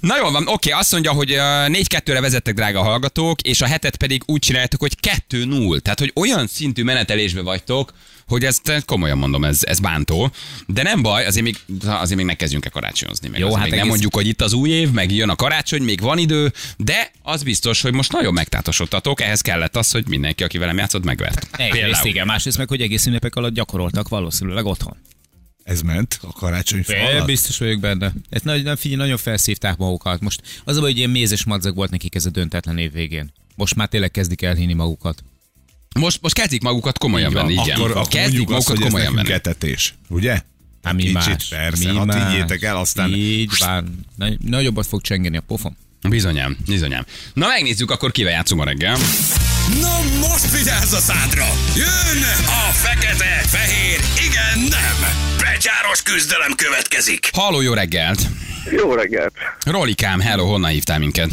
Na jól van, oké, azt mondja, hogy ö, 4-2-re vezettek, drága hallgatók, és a hetet pedig úgy csináljátok, hogy 2-0. Tehát, hogy olyan szintű menetelésbe vagytok, hogy ezt eh, komolyan mondom, ez, ez bántó. De nem baj, azért még, azért még ne kezdjünk el karácsonyozni. Meg
Jó,
Jó, hát még
hát
nem
egész-
mondjuk, hogy itt az új év, meg jön a karácsony, még van idő, de az biztos, hogy most nagyon megtátosodtatok, ehhez kellett az, hogy mindenki, aki velem játszott, megvert.
Egyrészt igen, másrészt meg, hogy egész ünnepek alatt gyakoroltak valószínűleg otthon.
Ez ment a karácsony
É,
falat.
biztos vagyok benne. Ez nagy, na, figyelj, nagyon felszívták magukat. Most az a baj, hogy ilyen mézes madzag volt nekik ez a döntetlen év végén. Most már tényleg kezdik elhinni magukat.
Most, most kezdik magukat komolyan venni, igen.
Akkor, akkor
kezdik
mondjuk azt,
magukat
hogy ez
komolyan
nekünk
venni.
etetés, ugye?
Hát mi
Kicsit
más?
persze,
mi
hát higgyétek el, aztán-
Így van. Nagy, nagyobbat fog csengeni a pofom.
Bizonyám, bizonyám. Na megnézzük akkor kivel játszunk ma reggel.
Na most vigyázz a szádra! Jön a fekete, fehér, igen, nem! Becsáros küzdelem következik!
Halló, jó reggelt!
Jó reggelt!
Rolikám, hello, honnan hívtál minket?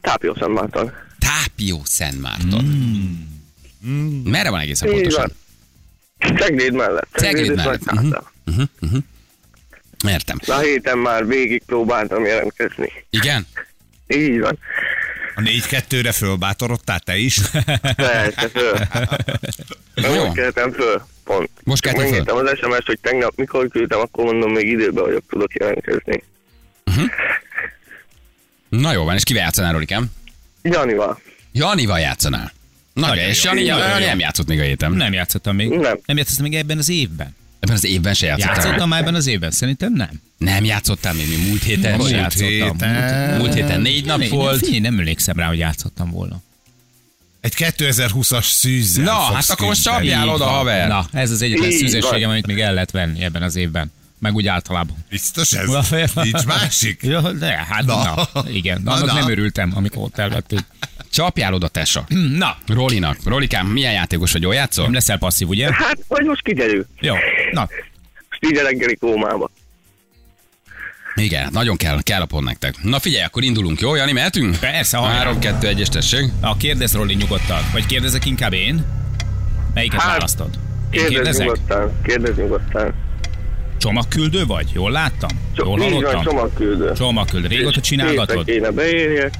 Tápió Szentmárton.
Tápió Szentmárton. Mm. Merre van egészen
Így
pontosan?
van. Cegléd mellett.
Cegléd
és
mellett. Mhm.
Nagykáta.
Értem.
Na héten már végig próbáltam jelentkezni.
Igen?
Így van.
A négy-kettőre fölbátorodtál te is?
Persze föl. Na,
Jó.
Most keltem föl. Pont.
Most
Csak
keltem föl.
Megnéztem az SMS-t, hogy tegnap mikor küldtem, akkor mondom, még időben vagyok, tudok jelentkezni.
Na jó van, és kivel játszanál, Rolikám?
Janival.
Janival játszanál. Na, okay, és Jani,
Nagyon
Jani,
jó.
Jani nem játszott még a héten.
Nem játszottam még.
Nem.
Nem játszottam még ebben az évben.
Ebben az évben se játszottál.
Játszottam
még.
már ebben az évben? Szerintem nem.
Nem játszottál még, mi múlt héten?
Vagy
se?
játszottam.
héten.
Múlt héten négy nap
Nem,
volt.
Figyelj, nem emlékszem rá, hogy játszottam volna.
Egy 2020-as szűzzel
Na,
fogsz
hát akkor most
küzdeni.
csapjál
Így
oda,
van.
haver.
Na, ez az egyetlen
Így
szűzességem,
van.
amit még el lehet venni ebben az évben. Meg úgy általában.
Biztos ez? Nincs másik?
Ja, de, hát na.
Na.
igen.
Na,
annak
na.
nem örültem, amikor ott elvették.
Csapjál oda, tesa.
Na,
Rolinak. Rolikám, milyen játékos vagy, jól játszol?
nem leszel passzív, ugye?
Hát, vagy most kiderül.
Jó, na,
Most így a reggeli kómába.
Igen, hát nagyon kell, kell a pont nektek. Na figyelj, akkor indulunk, jó, Jani, mehetünk?
Persze, hajrá.
3, 2, 1, tessék.
na kérdez Roli nyugodtan. Vagy kérdezek inkább én? Melyiket
Hát,
választod? Én
Kérdezz
kérdezek?
nyugodtán. Kérdezz nyugodtán.
Csomagküldő vagy? Jól láttam?
Csak
Jól
így van,
hallottam?
csomagküldő.
Csomagküldő. Régóta
Észre
csinálgatod?
kéne beérjek.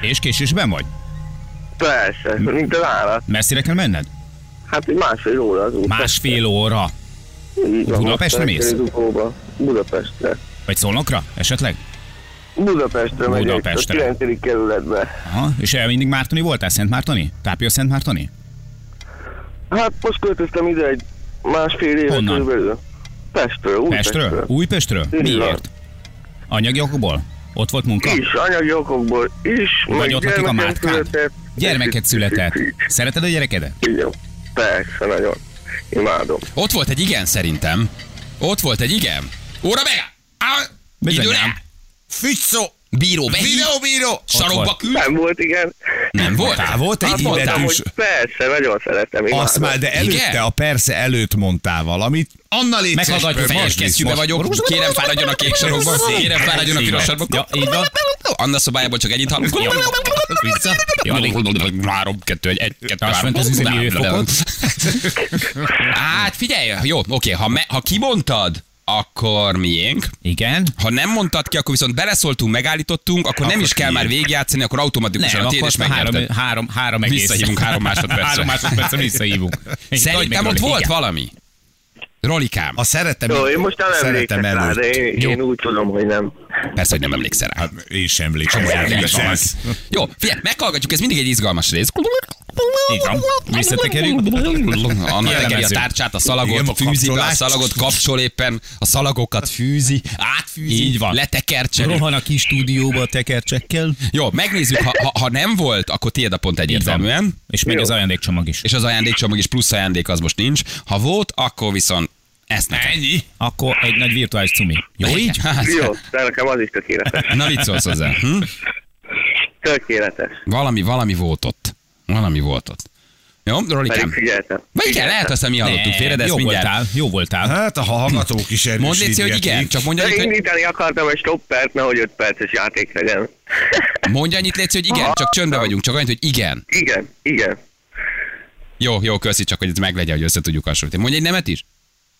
És késésben vagy?
Persze, mint az állat.
Messzire kell menned?
Hát egy másfél óra az út.
Másfél óra.
Így van,
Budapestre
most
mész?
Zugóba. Budapestre.
Vagy szolnokra esetleg?
Budapestre megyek, a
Budapestre.
9. kerületbe.
Aha. És el mindig Mártoni voltál? Szentmártoni? Tápja Szentmártoni?
Hát most költöztem ide egy másfél éve
Honnan?
körülbelül. Pestről, Újpestről.
Pestről? Újpestről?
Így
Miért? Anyagi okból? Ott volt munka?
Is, anyagi okokból is,
Vagy
meg
ott lakik a
gyermekem
márkád?
született.
Gyermeket született. Szereted a gyerekedet?
Igen, persze, nagyon. Imádom.
Ott volt egy igen szerintem. Ott volt egy igen. Óra meg! Á,
Bizony
Idő
nem.
rá! Fücco! Bíró behi!
bíró!
Sarokba
volt.
küld!
Nem volt, igen.
Nem volt? Hát
Á, volt egy
Azt mondtam,
illetős...
hogy persze, nagyon szeretem, imádom.
Azt már, de előtte,
Igen?
a persze előtt mondtál valamit. Anna légy szíves,
Meghallgatjuk,
pörög,
Fejes
most
kesztyűbe
visz, most-
vagyok, kérem fáradjon a kék sarokba, kérem fáradjon a piros
Így van.
sarokba.
Ja, így van.
Anna szobájából csak ennyit hallunk.
Vissza. Jani.
3, 2, 1, 1, 2,
Tartsd fent az üzemi hőfokot.
Hát figyelj, jó, oké, ha, me, ha kimondtad, akkor miénk.
Igen.
Ha nem mondtad ki, akkor viszont beleszóltunk, megállítottunk, akkor, nem
Akkor
is kell
tiéd.
már végigjátszani, akkor automatikusan
Nem,
a tiéd
akkor
és
azt a három,
megnyerted.
három, három egész.
Visszahívunk három másodpercre.
Három másodpercre visszahívunk.
Szerintem ott volt
Igen.
valami. Rolikám.
A szeretem,
Jó, én most nem
szeretem
emlékszem rá, de
előtt.
én, én úgy tudom, hogy nem.
Persze, hogy nem emlékszel rá.
Hát, Én sem emlékszem. hogy
Igen,
emlékszem.
van. Jó, figyelj, meghallgatjuk, ez mindig egy izgalmas rész.
Így van. Visszatekerjük.
Anna
Jellemző.
tekeri a tárcsát, a szalagot,
Igen, a
Igen, fűzi be a
kapcsolást.
szalagot, kapcsol éppen, a szalagokat fűzi, átfűzi,
Így van.
letekercseli.
Rohan a kis stúdióba a tekercsekkel.
Jó, megnézzük, ha, ha, ha nem volt, akkor tiéd a pont egyértelműen.
És még az ajándékcsomag is.
És az ajándékcsomag is plusz ajándék az most nincs. Ha volt, akkor viszont ezt nekem. Ennyi?
Akkor egy nagy virtuális cumi.
Jó, így? Hát,
Jó, de nekem az is tökéletes.
Na, mit szólsz hozzá? Hm?
Tökéletes.
Valami, valami volt ott. Valami volt ott. Jó,
Pedig
Rolikám?
figyeltem.
Vagy igen, lehet azt, mi hallottuk félre, de ezt
jó
mindjárt.
voltál, jó voltál.
Hát a hallgatók is erősítgetik.
Mondd Léci, hogy igen, csak mondja
De
annyit, hogy,
indítani akartam egy stoppert, nehogy 5 perces játék legyen.
mondja annyit Léci, hogy igen, csak csöndbe vagyunk, csak annyit, hogy igen.
igen, igen.
Jó, jó, köszi, csak hogy ez meglegyen, hogy össze tudjuk hasonlítani. Mondj egy nemet is?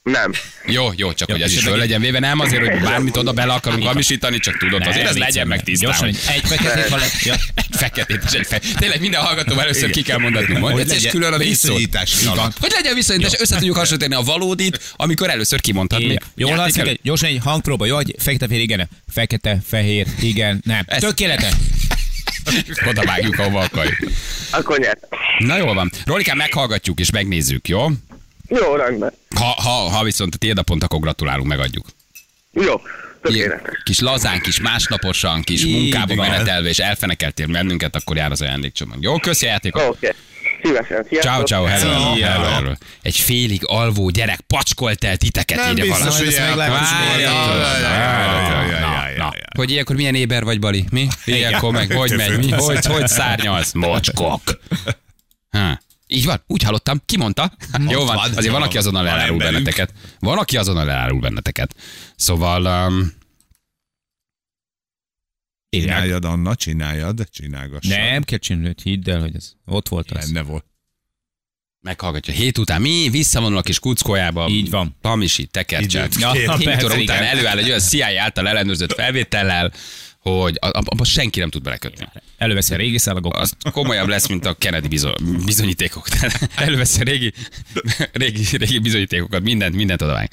Nem.
Jó, jó, csak hogy ez is
esetleg
föl
egy-
legyen véve, nem azért, hogy bármit oda bele akarunk hamisítani, csak tudod, Hát azért ez
viccem,
legyen meg tisztán.
Gyorsan,
hogy-
hogy egy feketét van. Ja.
Egy feketét és egy feketét. Tényleg minden hallgatóval először ki kell mondatni. Majd
Hogy
egyszer és
legyen
külön a részszót.
viszonyítás
Így van.
alatt.
Hogy legyen viszonyítás, össze tudjuk hasonlítani a valódit, amikor először kimondtad még.
Jól
Hát Játék
látszik,
előtt.
egy, gyorsan egy hangpróba, jó, hogy fekete-fehér, igen, nem. fekete-fehér, igen, nem.
Ezt-
Tökéletes.
Oda vágjuk, ahova akarjuk.
Akkor nyert.
Na jól van. Rolikám, meghallgatjuk és megnézzük, jó?
Jó, rendben.
Ha, ha, ha viszont a tiéd a pont, akkor gratulálunk, megadjuk.
Jó,
Ilyen
tökéletes.
kis lazán, kis másnaposan, kis
Így
munkába
van.
menetelve, és elfenekeltél bennünket, akkor jár az ajándékcsomag. Jó, köszi a játékot!
Oké. Okay. Szívesen. Sziasztok.
Ciao, ciao, hello, hello,
Hello.
hello, hello. Egy félig alvó gyerek pacskolt el titeket
Nem
ide
biztos,
valami.
hogy
Ezt meg lehet
elkapcsolódott.
várjatok.
Jaj, jaj, jaj, jaj, jaj,
Na,
jaj.
hogy ilyenkor milyen éber vagy, Bali? Mi? Ilyenkor meg hogy megy? Mi? Hogy, hogy szárnyalsz? Mocskok. Ha. Így van, úgy hallottam, ki mondta? Jó van,
van,
azért van,
jó
aki azonnal
van. Van
elárul
emberünk.
benneteket. Van, aki azonnal elárul benneteket. Szóval... Um,
Csináljad, Anna, csináljad, csinálgassad.
Nem kell csinálni, hidd el, hogy ez ott volt az.
Benne volt.
meghallgatja. Hét után mi visszavonul a kis kuckójába.
Így van.
Pamisi tekercselt.
Így van. Ja,
Hét
persze,
óra után
igen.
előáll egy olyan CIA által ellenőrzött felvétellel, hogy a- ab- abba senki nem tud belekötni.
Előveszi a régi szálagokat.
Az komolyabb lesz, mint a Kennedy bizo- bizonyítékok. Tehát Előveszi a régi, régi, régi bizonyítékokat, mindent, mindent odavág.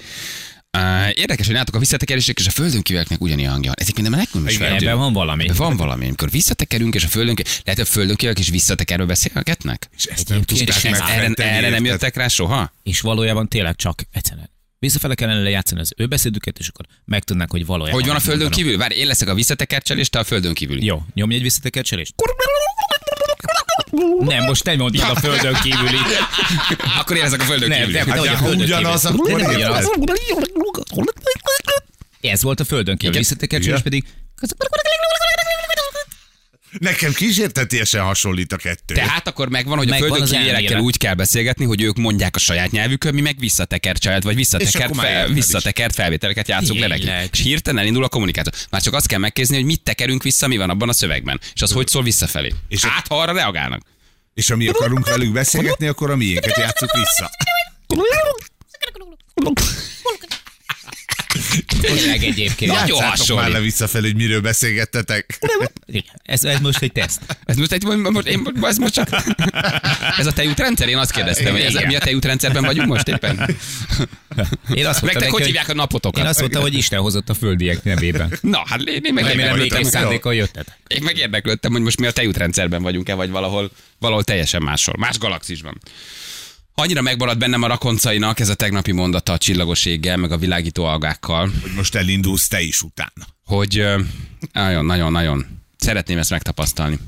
Á, Érdekes, hogy nálatok a visszatekerések és a földön kivelknek ugyanilyen hangja van. Ezek minden már nekünk is
Igen,
feltűnő.
ebben van valami.
Ebben Van valami, amikor visszatekerünk, és a földön ki- lehet, hogy a földön kivelk és visszatekerről beszélgetnek?
És ezt nem
Egyébként
tudták
És ez, erre,
megfejteni.
erre nem
érted?
jöttek rá soha?
És valójában tényleg csak egyszerűen. Visszafele kellene lejátszani az ő beszédüket, és akkor megtudnák, hogy valójában.
Hogy van a
mit
földön
mondanak.
kívül? Várj, én leszek a visszatekercsel, és te a földön kívül.
Jó, nyomj egy visszatekercselést. Nem, most te mondtad a földön kívüli.
Akkor én leszek a földön
Nem,
kívül.
nem,
Hát,
de hogy a
ha
földön
ugyanaz,
kívül.
akkor
De nem
érted.
ugyanaz. Ez volt a földön kívül.
Igen.
Visszatekercselés pedig
Nekem kísértetiesen hasonlít a kettő.
Tehát hát akkor megvan, hogy a
Megvan
földön
az
kívüliekkel
elmélet.
úgy kell beszélgetni, hogy ők mondják a saját nyelvükön, mi meg visszatekercselet, vagy
És
visszatekert,
akkor már
fel,
érted is.
visszatekert felvételeket játszunk le neki.
Tényleg.
És hirtelen elindul a kommunikáció. Már csak azt kell megkézni, hogy mit tekerünk vissza, mi van abban a szövegben. És az hogy szól visszafelé. És
És a-
hát, ha arra reagálnak.
És ha mi akarunk velük beszélgetni, akkor a miénket játsszuk vissza.
tényleg egyébként.
Nagyon
Játszátok már le
hasonlít.
visszafelé, hogy miről beszélgettetek.
Igen. Ez, ez most egy teszt.
Ez most, egy, most, én, ez most csak... Ez a tejútrendszer? Én azt kérdeztem, hogy ez, mi a tejútrendszerben vagyunk most éppen?
Én azt mondtam,
Nektek
neki,
hogy
hogy,
hívják a napotokat?
én azt mondtam, hogy Isten hozott a földiek nevében.
Na, hát én, én meg
Remélem,
érdeklődtem.
békés szándékkal jöttetek.
Én meg érdeklődtem, hogy most mi a tejútrendszerben vagyunk-e, vagy valahol, valahol teljesen máshol, más galaxisban. Annyira megmaradt bennem a rakoncainak ez a tegnapi mondata a csillagos éggel, meg a világító algákkal,
Hogy most elindulsz te is utána.
hogy nagyon-nagyon-nagyon szeretném ezt megtapasztalni.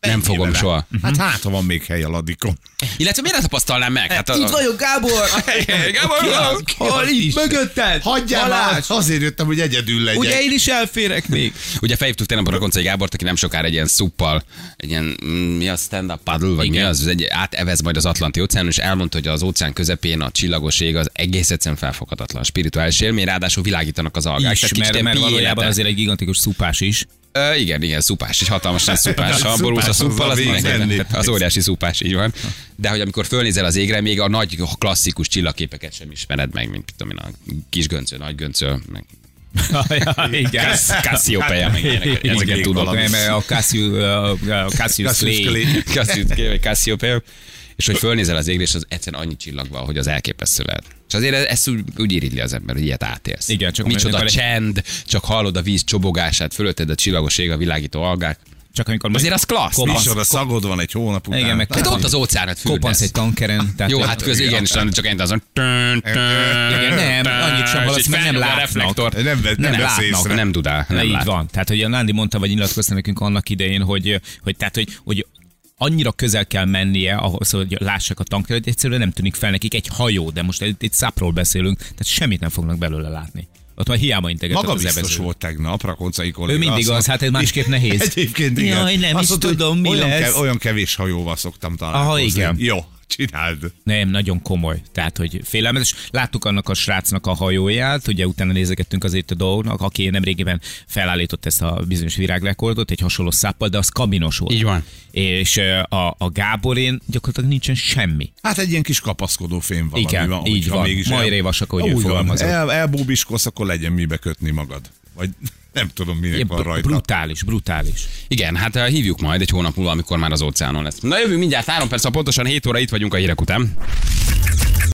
Nem fogom
Nyilván.
soha.
Hát hát, ha van még hely a ladikon.
Illetve miért ne tapasztalnám meg? Hát a,
Itt vagyok, Gábor!
Gábor,
Hol itt? Mögötted!
Hagyjál már!
Balázs!
Azért jöttem, hogy egyedül legyek.
Ugye én is elférek még?
Ugye felhívtuk tegnap a Rakoncai Gábort, aki nem sokára egy ilyen szuppal, egy ilyen, mm, mi a stand-up paddle, vagy Igen. mi az, egy, átevez majd az Atlanti óceánon, és elmondta, hogy az óceán közepén a csillagos ég az egész egyszerűen felfoghatatlan spirituális élmény, ráadásul világítanak az algák.
Is,
Tehát kicsit
mert,
ilyen
mert valójában
piénete.
azért egy gigantikus szupás is.
Ö, igen, igen, szupás, egy hatalmasan szupás. Ha borulsz a
szóval
Szupás, azzal
szuppal, az, az,
végig menni.
az óriási szupás, így van. De hogy amikor fölnézel az égre, még a nagy klasszikus csillagképeket sem ismered meg, mint tudom én, a kis göncő, nagy göncő, meg
Igen.
Cassiopeia, meg ilyenek,
Hát, Igen,
ezeket tudod.
Nem, a Cassius, a Cassius
Cassius
Clay.
Clay.
Cassiopeia, vagy Cassiopeia. És hogy fölnézel az égre, és az egyszerűen annyi csillag van, hogy az elképesztő lehet. És azért ez- ezt úgy, úgy irigli az ember, hogy ilyet átélsz.
Igen, csak
Micsoda
amikor-
csend, csak hallod a víz csobogását, fölötted a csillagos ég, a világító algák.
Csak amikor
Azért az klassz.
Kopasz.
Micsoda szagod van egy hónap után.
Igen, meg
Na,
Hát ott
Kopasz.
az óceánat
Kopansz
fürdesz.
egy tankeren. Tehát
Jó,
nem-
hát köz, igen, és csak ennyi azon.
Igen, nem, annyit sem haladsz, mert nem látnak.
Nem, nem, nem
Nem
vesz
látnak,
észre.
Nem dudál,
Nem
nem
így
lát.
van. Tehát, hogy a Nándi mondta, vagy nyilatkozta nekünk annak idején, hogy, hogy, tehát, hogy, hogy annyira közel kell mennie ahhoz, hogy lássák a tankját, hogy egyszerűen nem tűnik fel nekik egy hajó, de most itt, itt szápról beszélünk, tehát semmit nem fognak belőle látni. Ott már hiába integetett
Maga
az
biztos
evező.
volt tegnap, Rakoncai kolléga.
Ő mindig
Azt
az,
mondta-
hát ez másképp nehéz.
Egyébként igen.
Jaj, nem is
mondta, hogy
tudom, mi
olyan
lesz.
Kev, olyan kevés hajóval szoktam találkozni.
igen.
Jó, csináld.
Nem, nagyon komoly. Tehát, hogy félelmetes. Láttuk annak a srácnak a hajóját, ugye utána nézegettünk azért a dolgnak, aki nemrégiben felállított ezt a bizonyos virágrekordot, egy hasonló száppal, de az kabinos volt.
Így van.
És ö, a, a Gáborén gyakorlatilag nincsen semmi.
Hát egy ilyen kis kapaszkodó fém van.
Igen,
van,
így
hogyha
van.
Mégis
Mai
el-
révas, akkor ugye
Úgy van,
fogalmazott.
El, elbúbiskolsz, akkor legyen mibe kötni magad. Vagy nem tudom, minek
Ilyen
van
br-
rajta.
brutális, brutális.
Igen, hát eh, szóval hívjuk majd egy hónap múlva, amikor már az óceánon lesz. Na jövő mindjárt három perc, ha pontosan 7 óra itt vagyunk a hírek után.